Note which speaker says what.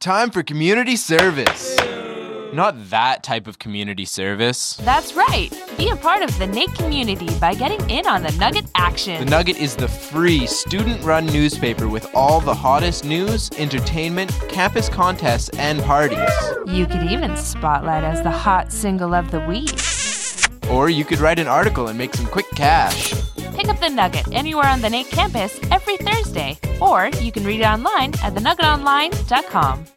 Speaker 1: Time for community service. Not that type of community service.
Speaker 2: That's right. Be a part of the Nate community by getting in on the Nugget
Speaker 1: The
Speaker 2: action.
Speaker 1: Nugget is the free student run newspaper with all the hottest news, entertainment, campus contests, and parties.
Speaker 2: You could even spotlight as the hot single of the week.
Speaker 1: Or you could write an article and make some quick cash.
Speaker 2: Pick up the Nugget anywhere on the Nate campus every Thursday, or you can read it online at thenuggetonline.com.